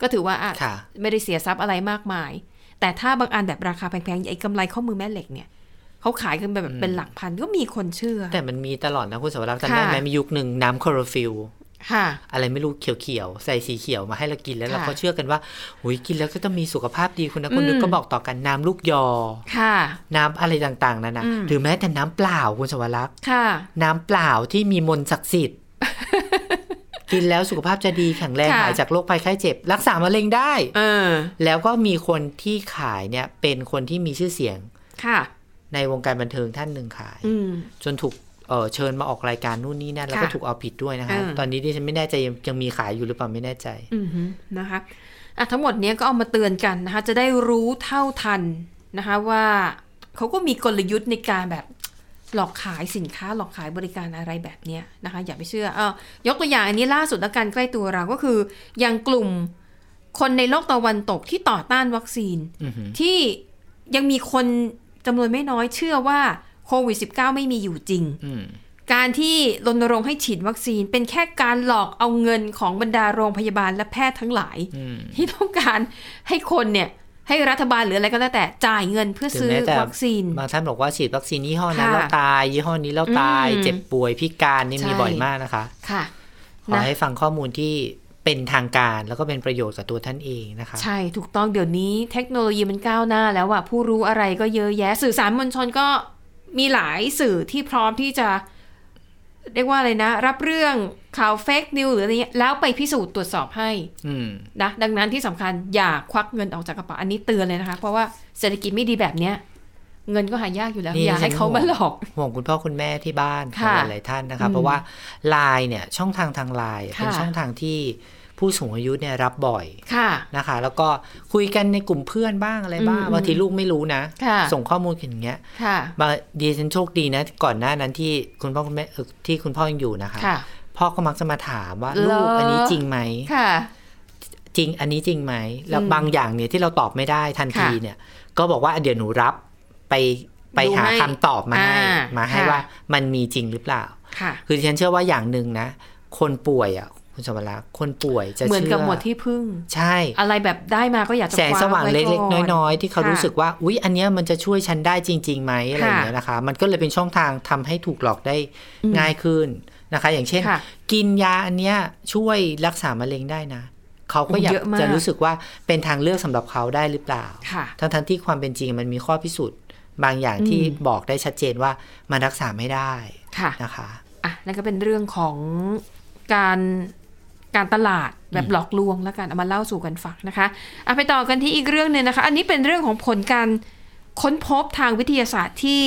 [SPEAKER 2] ก็ถือว่าอ่ะ
[SPEAKER 3] ค่ะ
[SPEAKER 2] ไม่ได้เสียทรัพย์อะไรมากมาย แต่ถ้าบางอันแบบราคาแพงๆไอ้กำไรข้อมือแม่เหล็กเนี่ย เขาขายกันไปแบบเป็นหลักพันก็มีคนเชื่อ
[SPEAKER 3] แต่มันมีตลอดนะคุณสวรักษ์จำได้ไหม
[SPEAKER 2] ค่ะ
[SPEAKER 3] มียุคหนึ่งน้ำคลอโรฟิล
[SPEAKER 2] ค่ะ
[SPEAKER 3] อะไรไม่รู้เขียวๆ ใส่สีเขียวมาให้เรากินแล้ว
[SPEAKER 2] ค่ะ
[SPEAKER 3] เราก็เชื่อกันว่าหุยกินแล้วก็ต้องมีสุขภาพดีคนนะคนนึ
[SPEAKER 2] อื
[SPEAKER 3] ง
[SPEAKER 2] ม
[SPEAKER 3] ก็บอกต่อกันน้ำลูกยอ
[SPEAKER 2] ค่ะ
[SPEAKER 3] น้ำอะไรต่างๆนั่นนะ
[SPEAKER 2] อืม
[SPEAKER 3] หรือแม้แต่น้ำเปล่าคุณสวรักษ์
[SPEAKER 2] ค่ะ
[SPEAKER 3] น้ำเปล่าที่มีมนต์ศักดิ์สิ ทธิ์ กินแล้วสุขภาพจะดีแข็งแรง
[SPEAKER 2] ค่ะ
[SPEAKER 3] หายจากโรคภัยไข้เจ็บ รักษามะเร็งได้
[SPEAKER 2] เออ
[SPEAKER 3] แล้วก็มีคนที่ขายเนี่ย เป็นคนที่มีชื่อเสียง
[SPEAKER 2] ค่ะ
[SPEAKER 3] ในวงการบันเทิงท่านหนึ่งขาย
[SPEAKER 2] อืม
[SPEAKER 3] จนถูกเอ่อเชิญมาออกรายการนู่นนี่นั่นแล้วก็
[SPEAKER 2] ค่ะ
[SPEAKER 3] ถูกเอาผิดด้วยนะคะ
[SPEAKER 2] เออ
[SPEAKER 3] ตอนนี้ดิฉันไม่แน่ใจยังยังมีขายอยู่หรือเปล่าไม่แน่ใจ
[SPEAKER 2] อืมฮึนะคะอ่ะทั้งหมดเนี้ยก็เอามาเตือนกันนะคะ จะได้รู้เท่าทันนะคะว่าเขาก็มีกลยุทธ์ในการแบบหลอกขายสินค้าหลอกขายบริการอะไรแบบเนี้ยนะคะ อย่าไปเชื่อเออยกตัวอย่างอันนี้ล่าสุดและกันใกล้ตัวเราก็คืออย่างกลุ่มคนในโลกตะวันตกที่ต่อต้านวัคซีน
[SPEAKER 3] อือหือ
[SPEAKER 2] ที่ยังมีคนจำนวนไม่น้อยเชื่อว่าโควิด -19 ไม่มีอยู่จริง
[SPEAKER 3] อืม
[SPEAKER 2] การที่รณรงค์ให้ฉีดวัคซีนเป็นแค่การหลอกเอาเงินของบรรดาโรงพยาบาลและแพทย์ทั้งหลาย
[SPEAKER 3] อืม
[SPEAKER 2] ที่ต้องการให้คนเนี่ย ให้รัฐบาลหรืออะไรก็แล้วแต่จ่ายเงินเพื่อซื้อ
[SPEAKER 3] ถึงแม้แต่
[SPEAKER 2] วัคซีน
[SPEAKER 3] บางท่านบอกว่าฉีดวัคซีนยี่ห้อนั้น
[SPEAKER 2] ค่ะ
[SPEAKER 3] แล้วตาย ยี่ห้อนี้แล้วตาย
[SPEAKER 2] อืม
[SPEAKER 3] เจ็บป่วยพิการนี่มี
[SPEAKER 2] ใช่
[SPEAKER 3] บ่อยมากนะคะ
[SPEAKER 2] ค่ะ
[SPEAKER 3] ขอ
[SPEAKER 2] นะ
[SPEAKER 3] ให้ฟังข้อมูลที่เป็นทางการแล้วก็เป็นประโยชน์กับตัวท่านเองนะคะ
[SPEAKER 2] ใช่ถูกต้องเดี๋ยวนี้เทคโนโลยีมันก้าวหน้าแล้วอะผู้รู้อะไรก็เยอะแยะ สื่อสารมวลชนก็มีหลายสื่อที่พร้อมที่จะ เรียกว่าอะไรนะ รับเรื่องข่าวเฟกนิวหรืออะไรเงี้ยแล้วไปพิสูจน์ตรวจสอบให้
[SPEAKER 3] อืม
[SPEAKER 2] นะดังนั้นที่สำคัญอย่าควักเงินออกจากกระเป๋าอันนี้เตือนเลยนะคะ เพราะว่าเศรษฐกิจไม่ดีแบบเนี้ย เงินก็หายากอยู่แล้ว
[SPEAKER 3] นี่
[SPEAKER 2] อย่าให้
[SPEAKER 3] ฉัน
[SPEAKER 2] เขา
[SPEAKER 3] ห่วง
[SPEAKER 2] มาหลอก
[SPEAKER 3] ห่วงคุณพ่อคุณแม่ที่บ้านของ
[SPEAKER 2] ค่ะ
[SPEAKER 3] หลายๆท่านนะคะ
[SPEAKER 2] อืม
[SPEAKER 3] เพราะว่าไลน์เนี่ยช่องทางทางไลน์
[SPEAKER 2] ค่ะ
[SPEAKER 3] เป็นช่องทางที่ผู้สูงอายุเนี่ยรับบ่อย
[SPEAKER 2] ค่ะ
[SPEAKER 3] นะคะ แล้วก็คุยกันในกลุ่มเพื่อนบ้างอะไรบ้าง
[SPEAKER 2] อืม
[SPEAKER 3] บางทีลูกไม่รู้นะ
[SPEAKER 2] ค่ะ
[SPEAKER 3] ส่งข้อมูลกันอย่างเงี้ย
[SPEAKER 2] ค่ะ
[SPEAKER 3] บางดีฉันโชคดีนะ ก่อนหน้านั้นที่คุณพ่อคุณแม่เอ่อที่คุณพ่อยังอยู่นะคะ
[SPEAKER 2] ค่ะ
[SPEAKER 3] พ พ่อก็มักจะมาถามว่า
[SPEAKER 2] เหรอ
[SPEAKER 3] ลูกอันนี้จริงไหม
[SPEAKER 2] ค่ะ
[SPEAKER 3] จริง อันนี้จริงไหมแล้ว
[SPEAKER 2] อืม
[SPEAKER 3] บางอย่างเนี่ยที่เราตอบไม่ได้ทันที
[SPEAKER 2] ค่ะ
[SPEAKER 3] เนี่ย ก็บอกว่าเดี๋ยวหนูรับไปไป
[SPEAKER 2] ดู
[SPEAKER 3] หา
[SPEAKER 2] ให้
[SPEAKER 3] คำตอบมาให้
[SPEAKER 2] อ่า
[SPEAKER 3] มาให้
[SPEAKER 2] ค่ะ
[SPEAKER 3] ว่ามันมีจริงหรือเปล่า
[SPEAKER 2] ค่ะ
[SPEAKER 3] คือดิฉันเชื่อว่าอย่างหนึ่งนะ คนป่วยอ่ะคุณสมรักษ์คนป่วยจะ
[SPEAKER 2] เหมือน
[SPEAKER 3] เชื่
[SPEAKER 2] กับหมวดที่พึ่ง
[SPEAKER 3] ใช่
[SPEAKER 2] อะไรแบบได้มาก็อยากจะ
[SPEAKER 3] แสงสว่างเล็ก
[SPEAKER 2] คว้าไว้
[SPEAKER 3] ๆ
[SPEAKER 2] ก่
[SPEAKER 3] น้อยๆ ที่เขา
[SPEAKER 2] ค่ะ
[SPEAKER 3] รู้สึกว่า อุ๊ย อันเนี้ยมันจะช่วยฉันได้จริงๆไหมอะไรอย่างเงี้ยนะคะ มันก็เลยเป็นช่องทางทำให้ถูกหลอกได้
[SPEAKER 2] อืม
[SPEAKER 3] ง่ายขึ้นนะคะ อย่างเช่น
[SPEAKER 2] ค่ะ
[SPEAKER 3] กินยาอันเนี้ยช่วยรักษามะเร็งได้นะ เขาก็อยาก
[SPEAKER 2] เยอะมาก
[SPEAKER 3] จะรู้สึกว่าเป็นทางเลือกสำหรับเขาได้หรือเปล่า
[SPEAKER 2] ค่ะ
[SPEAKER 3] ทั้งๆที่ความเป็นจริงมันมีข้อพิสูจน์บางอย่าง
[SPEAKER 2] อืม
[SPEAKER 3] ที่บอกได้ชัดเจนว่ามันรักษาไม่ได้
[SPEAKER 2] ค่ะ
[SPEAKER 3] นะคะ
[SPEAKER 2] อ่ะนั่นก็เป็นเรื่องของการการตลาดแบบหลอกลวงแล้วกันเอามาเล่าสู่กันฟังนะคะอ่ะไปต่อกันที่อีกเรื่องหนึ่งนะคะ อันนี้เป็นเรื่องของผลการค้นพบทางวิทยาศาสตร์ที่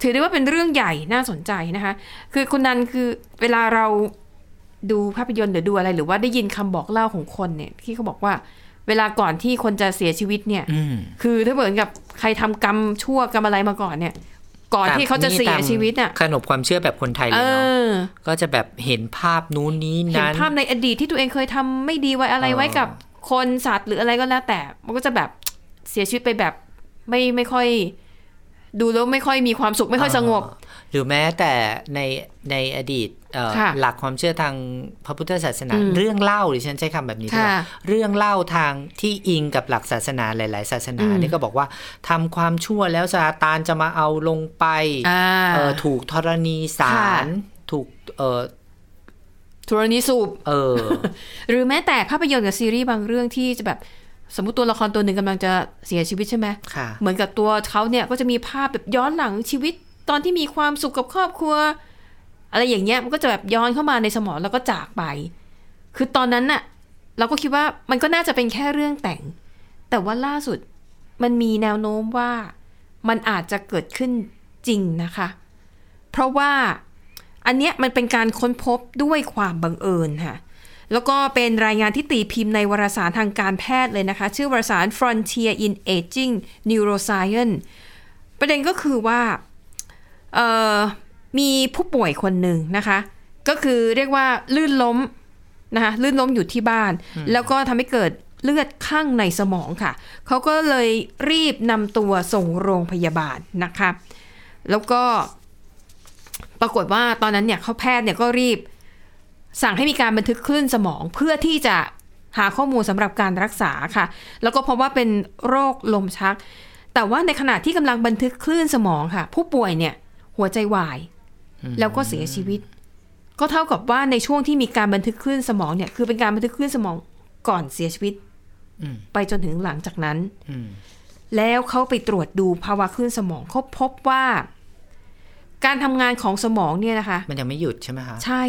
[SPEAKER 2] ถือได้ว่าเป็นเรื่องใหญ่น่าสนใจนะคะ คือคุณนันคือเวลาเราดูภาพยนตร์หรือดูอะไร หรือว่าได้ยินคำบอกเล่าของคนเนี่ยที่เขาบอกว่า เวลาก่อนที่คนจะเสียชีวิตเนี่ย
[SPEAKER 3] อืม
[SPEAKER 2] คือถ้าเหมือนกับใครทำกรรมชั่วกรรมอะไรมาก่อนเนี่ย ก่อนที่เขาจะเสียชีวิตอ่ะ
[SPEAKER 3] ขนบความเชื่อแบบคนไทยเล
[SPEAKER 2] เอย
[SPEAKER 3] เนาะ
[SPEAKER 2] อ
[SPEAKER 3] ก็จะแบบเห็นภาพนู้นนี้
[SPEAKER 2] เห็น
[SPEAKER 3] นั้น
[SPEAKER 2] ภาพในอดีตที่ตัวเองเคยทำไม่ดีไว้อะไร
[SPEAKER 3] เออ
[SPEAKER 2] ไว้กับคนสัตว์หรืออะไรก็แล้วแต่ มันก็จะแบบเสียชีวิตไปแบบไม่ไม่ค่อย ดูแล้วไม่ค่อยมีความสุขไม่ค่อยสงบ
[SPEAKER 3] อ่าหรือแม้แต่ในในอดีตเอ่อ
[SPEAKER 2] ค่ะ
[SPEAKER 3] หลักความเชื่อทางพระพุทธศาสนา
[SPEAKER 2] อืม
[SPEAKER 3] เรื่องเล่าดิฉันใช้คำแบบนี้ดีกว่า
[SPEAKER 2] ค่ะ
[SPEAKER 3] เรื่องเล่าทางที่อิงกับหลักศาสนาหลาย ๆ ศาสนา
[SPEAKER 2] อืม
[SPEAKER 3] เนี่ยก็บอกว่าทำความชั่วแล้วซาตานจะมาเอาลงไป
[SPEAKER 2] อ่า
[SPEAKER 3] เอ่อถูกธรณีสา
[SPEAKER 2] ค่ะ
[SPEAKER 3] รถูกเออ
[SPEAKER 2] ทรณีสูบ
[SPEAKER 3] เออ
[SPEAKER 2] หรือแม้แต่ภาพยนตร์กับซีรีส์บางเรื่องที่จะแบบสมมติตัวละครตัวหนึ่งกำลังจะเสียชีวิตใช่ไหม
[SPEAKER 3] ค่ะ
[SPEAKER 2] เหมือนกับตัวเขาเนี่ยก็จะมีภาพแบบย้อนหลังชีวิตตอนที่มีความสุขกับครอบครัว อะไรอย่างเงี้ยมันก็จะแบบย้อนเข้ามาในสมองแล้วก็จากไป คือตอนนั้นน่ะ เราก็คิดว่ามันก็น่าจะเป็นแค่เรื่องแต่ง แต่ว่าล่าสุดมันมีแนวโน้มว่ามันอาจจะเกิดขึ้นจริงนะคะ เพราะว่าอันเนี้ยมันเป็นการค้นพบด้วยความบังเอิญค่ะ แล้วก็เป็นรายงานที่ตีพิมพ์ในวารสารทางการแพทย์เลยนะคะ ชื่อวารสาร Frontier in Aging Neuroscience ประเด็นก็คือว่าเอ่อมีผู้ป่วยคนหนึ่งนะคะ ก็คือเรียกว่าลื่นล้มนะคะลื่นล้มอยู่ที่บ้าน แล้วก็ทำให้เกิดเลือดข้างในสมองค่ะ เขาก็เลยรีบนำตัวส่งโรงพยาบาลนะคะ แล้วก็ปรากฏว่าตอนนั้นเนี่ยเขาแพทย์เนี่ยก็รีบ สั่งให้มีการบันทึกคลื่นสมองเพื่อที่จะหาข้อมูลสำหรับการรักษาค่ะ แล้วก็พบว่าเป็นโรคลมชัก แต่ว่าในขณะที่กำลังบันทึกคลื่นสมองค่ะ ผู้ป่วยเนี่ยหัวใจวาย แล้วก็เสียชีวิต ก็เท่ากับว่าในช่วงที่มีการบันทึกคลื่นสมองเนี่ยคือเป็นการบันทึกคลื่นสมองก่อนเสียชีวิต
[SPEAKER 3] อืม
[SPEAKER 2] ไปจนถึงหลังจากนั้น
[SPEAKER 3] อืม
[SPEAKER 2] แล้วเขาไปตรวจดูภาวะคลื่นสมองเขาพบว่า การทำงานของสมองเนี่ยนะคะ
[SPEAKER 3] มันยังไม่หยุดใช่ไหมคะ
[SPEAKER 2] ใช่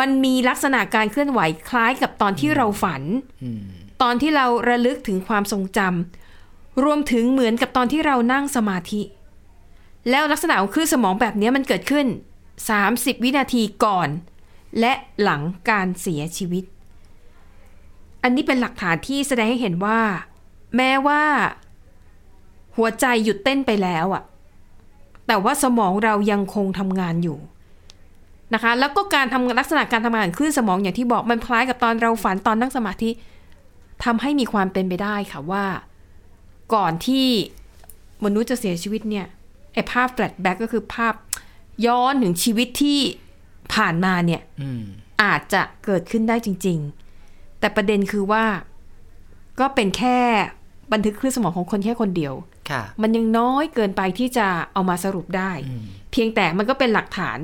[SPEAKER 2] มันมีลักษณะการเคลื่อนไหวคล้ายกับตอนที่เราฝัน
[SPEAKER 3] อืม
[SPEAKER 2] ตอนที่เราระลึกถึงความทรงจำรวมถึงเหมือนกับตอนที่เรานั่งสมาธิ แล้วลักษณะของคลื่นสมองแบบนี้มันเกิดขึ้น 30 วินาทีก่อน และหลังการเสียชีวิต อันนี้เป็นหลักฐานที่แสดงให้เห็นว่า แม้ว่า หัวใจหยุดเต้นไปแล้วอะแต่ว่าสมองเรายังคงทำงานอยู่ นะคะ แล้วก็การทำลักษณะการทำงานของคลื่นสมองอย่างที่บอกมันคล้ายกับตอนเราฝันตอนนั่งสมาธิ ทำให้มีความเป็นไปได้ค่ะว่า ก่อนที่มนุษย์จะเสียชีวิตเนี่ยไอภาพแฟลชแบ็กก็คือภาพย้อนถึงชีวิตที่ผ่านมาเนี่ย
[SPEAKER 3] อืม
[SPEAKER 2] อาจจะเกิดขึ้นได้จริง ๆ แต่ประเด็นคือว่าก็เป็นแค่บันทึกคลื่นสมองของคนแค่คนเดียว
[SPEAKER 3] ค่ะ
[SPEAKER 2] มันยังน้อยเกินไปที่จะเอามาสรุปได้ เพียงแต่มันก็เป็นหลักฐาน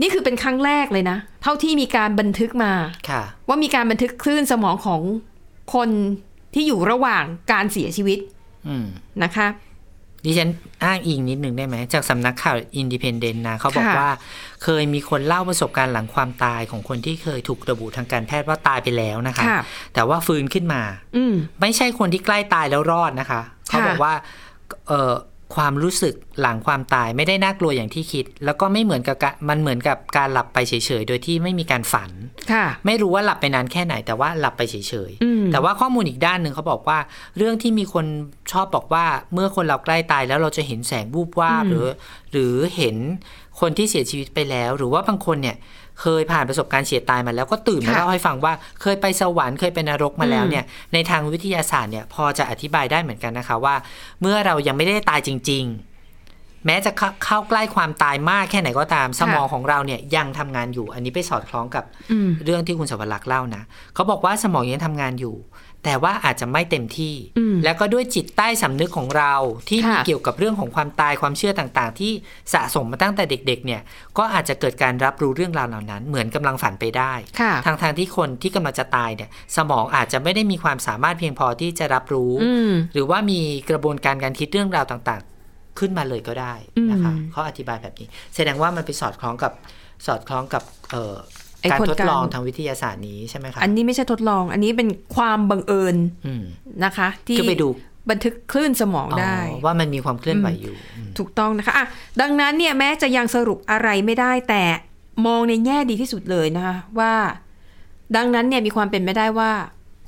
[SPEAKER 2] นี่คือเป็นครั้งแรกเลยนะ เท่าที่มีการบันทึกมา
[SPEAKER 3] ค่ะ
[SPEAKER 2] ว่ามีการบันทึกคลื่นสมองของคนที่อยู่ระหว่างการเสียชีวิต
[SPEAKER 3] อืม
[SPEAKER 2] นะคะ
[SPEAKER 3] ดิฉันอ้างอิงนิดหนึ่งได้ไหม จากสำนักข่าวอินดิเพนเดนต์นะเขาบอก
[SPEAKER 2] ค่ะ
[SPEAKER 3] ว่า เคยมีคนเล่าประสบการณ์หลังความตายของคนที่เคยถูกระบุทางการแพทย์ว่าตายไปแล้วนะคะ
[SPEAKER 2] ค่ะ
[SPEAKER 3] แต่ว่าฟื้นขึ้นมา
[SPEAKER 2] อืม
[SPEAKER 3] ไม่ใช่คนที่ใกล้ตายแล้วรอดนะคะ เขาบอกว่าเอ่อความรู้สึกหลังความตายไม่ได้น่ากลัวอย่างที่คิด แล้วก็ไม่เหมือนกับกะมันเหมือนกับการหลับไปเฉยๆ โดยที่ไม่มีการฝัน
[SPEAKER 2] ค่ะ
[SPEAKER 3] ไม่รู้ว่าหลับไปนานแค่ไหนแต่ว่าหลับไปเฉย
[SPEAKER 2] อืม
[SPEAKER 3] แต่ว่าข้อมูลอีกด้านหนึ่งเขาบอกว่า เรื่องที่มีคนชอบบอกว่าเมื่อคนเราใกล้ตายแล้วเราจะเห็นแสงวูบวาบหรือ หรือเห็นคนที่เสียชีวิตไปแล้ว หรือว่าบางคนเนี่ย เคยผ่านประสบการณ์เฉียดตายมาแล้วก็ตื่นมา
[SPEAKER 2] ค่ะ
[SPEAKER 3] เล่าให้ฟังว่าเคยไปสวรรค์เคยไปนรกมาแล้วเนี่ยในทางวิทยาศาสตร์เนี่ยพอจะอธิบายได้เหมือนกันนะคะว่า เมื่อเรายังไม่ได้ตายจริง ๆ แม้จะเข้าเข้าใกล้ความตายมากแค่ไหนก็ตาม สมองของเราเนี่ยยังทำงานอยู่ อันนี้ไปสอดคล้องกับ
[SPEAKER 2] อืม
[SPEAKER 3] เรื่องที่คุณสวรักษ์เล่านะเขาบอกว่าสมองยังทำงานอยู่ แต่ว่าอาจจะไม่เต็มที่
[SPEAKER 2] อืม
[SPEAKER 3] แล้วก็ด้วยจิตใต้สำนึกของเราที่
[SPEAKER 2] ค่ะ
[SPEAKER 3] มีเกี่ยวกับเรื่องของความตายความเชื่อต่างๆ ที่สะสมมาตั้งแต่เด็กๆเนี่ยก็อาจจะเกิดการรับรู้เรื่องราวเหล่านั้น เหมือนกำลังฝันไปได้
[SPEAKER 2] ค่ะ
[SPEAKER 3] ทางทางๆที่คนที่กำลังจะตายเนี่ยสมองอาจจะไม่ได้มีความสามารถเพียงพอที่จะรับรู้
[SPEAKER 2] อืม
[SPEAKER 3] หรือว่ามีกระบวนการการคิดเรื่องราวต่างๆ ขึ้นมาเลยก็ได้นะคะ
[SPEAKER 2] อืม
[SPEAKER 3] เขาอธิบายแบบนี้ แสดงว่ามันไปสอดคล้องกับสอดคล้องกับเอ่อ
[SPEAKER 2] ไอ้
[SPEAKER 3] การ
[SPEAKER 2] ผล
[SPEAKER 3] ทดลอง
[SPEAKER 2] การ
[SPEAKER 3] ทางวิทยาศาสตร์นี้ใช่ไหมคะ
[SPEAKER 2] อันนี้ไม่ใช่ทดลอง อันนี้เป็นความบังเอิญ
[SPEAKER 3] อืม
[SPEAKER 2] นะคะ ที่
[SPEAKER 3] คือไปดู
[SPEAKER 2] บันทึกคลื่นสมอง
[SPEAKER 3] อ๋อ
[SPEAKER 2] ได้
[SPEAKER 3] ว่ามันมีความเคลื่อนไหวอยู่อืม
[SPEAKER 2] ถูกต้องนะคะอ่ะดังนั้นเนี่ยแม้จะยังสรุปอะไรไม่ได้แต่มองในแง่ดีที่สุดเลยนะคะว่า ดังนั้นเนี่ยมีความเป็นไปได้ว่า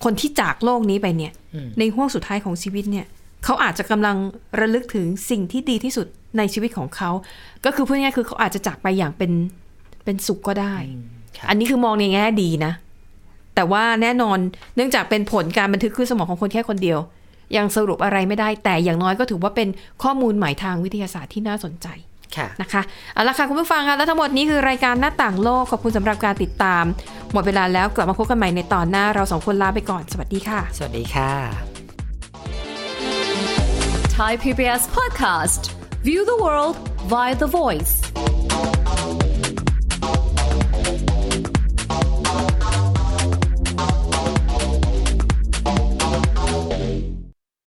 [SPEAKER 2] คนที่จากโลกนี้ไปเนี่ย
[SPEAKER 3] อืม
[SPEAKER 2] ในห่วงสุดท้ายของชีวิตเนี่ยเขาอาจจะกำลังระลึกถึงสิ่งที่ดีที่สุดในชีวิตของเขา ก็คือพูดง่ายๆคือเขาอาจจะจากไปอย่างเป็นเป็นสุขก็ได้
[SPEAKER 3] ค่ะ
[SPEAKER 2] อันนี้คือมองในแง่ดีนะ แต่ว่าแน่นอนเนื่องจากเป็นผลการบันทึกขึ้นสมองของคนแค่คนเดียว ยังสรุปอะไรไม่ได้ แต่อย่างน้อยก็ถือว่าเป็นข้อมูลใหม่ทางวิทยาศาสตร์ที่น่าสนใจ
[SPEAKER 3] ค่ะ
[SPEAKER 2] นะคะเอาละค่ะคุณผู้ฟังค่ะและทั้งหมดนี้คือรายการหน้าต่างโลก ขอบคุณสำหรับการติดตาม หมดเวลาแล้วกลับมาพบกันใหม่ในตอนหน้าเราสองคนลาไปก่อน สวัสดีค่ะ
[SPEAKER 3] สวัสดีค่ะ
[SPEAKER 4] Thai PBS podcast. View the world via the voice.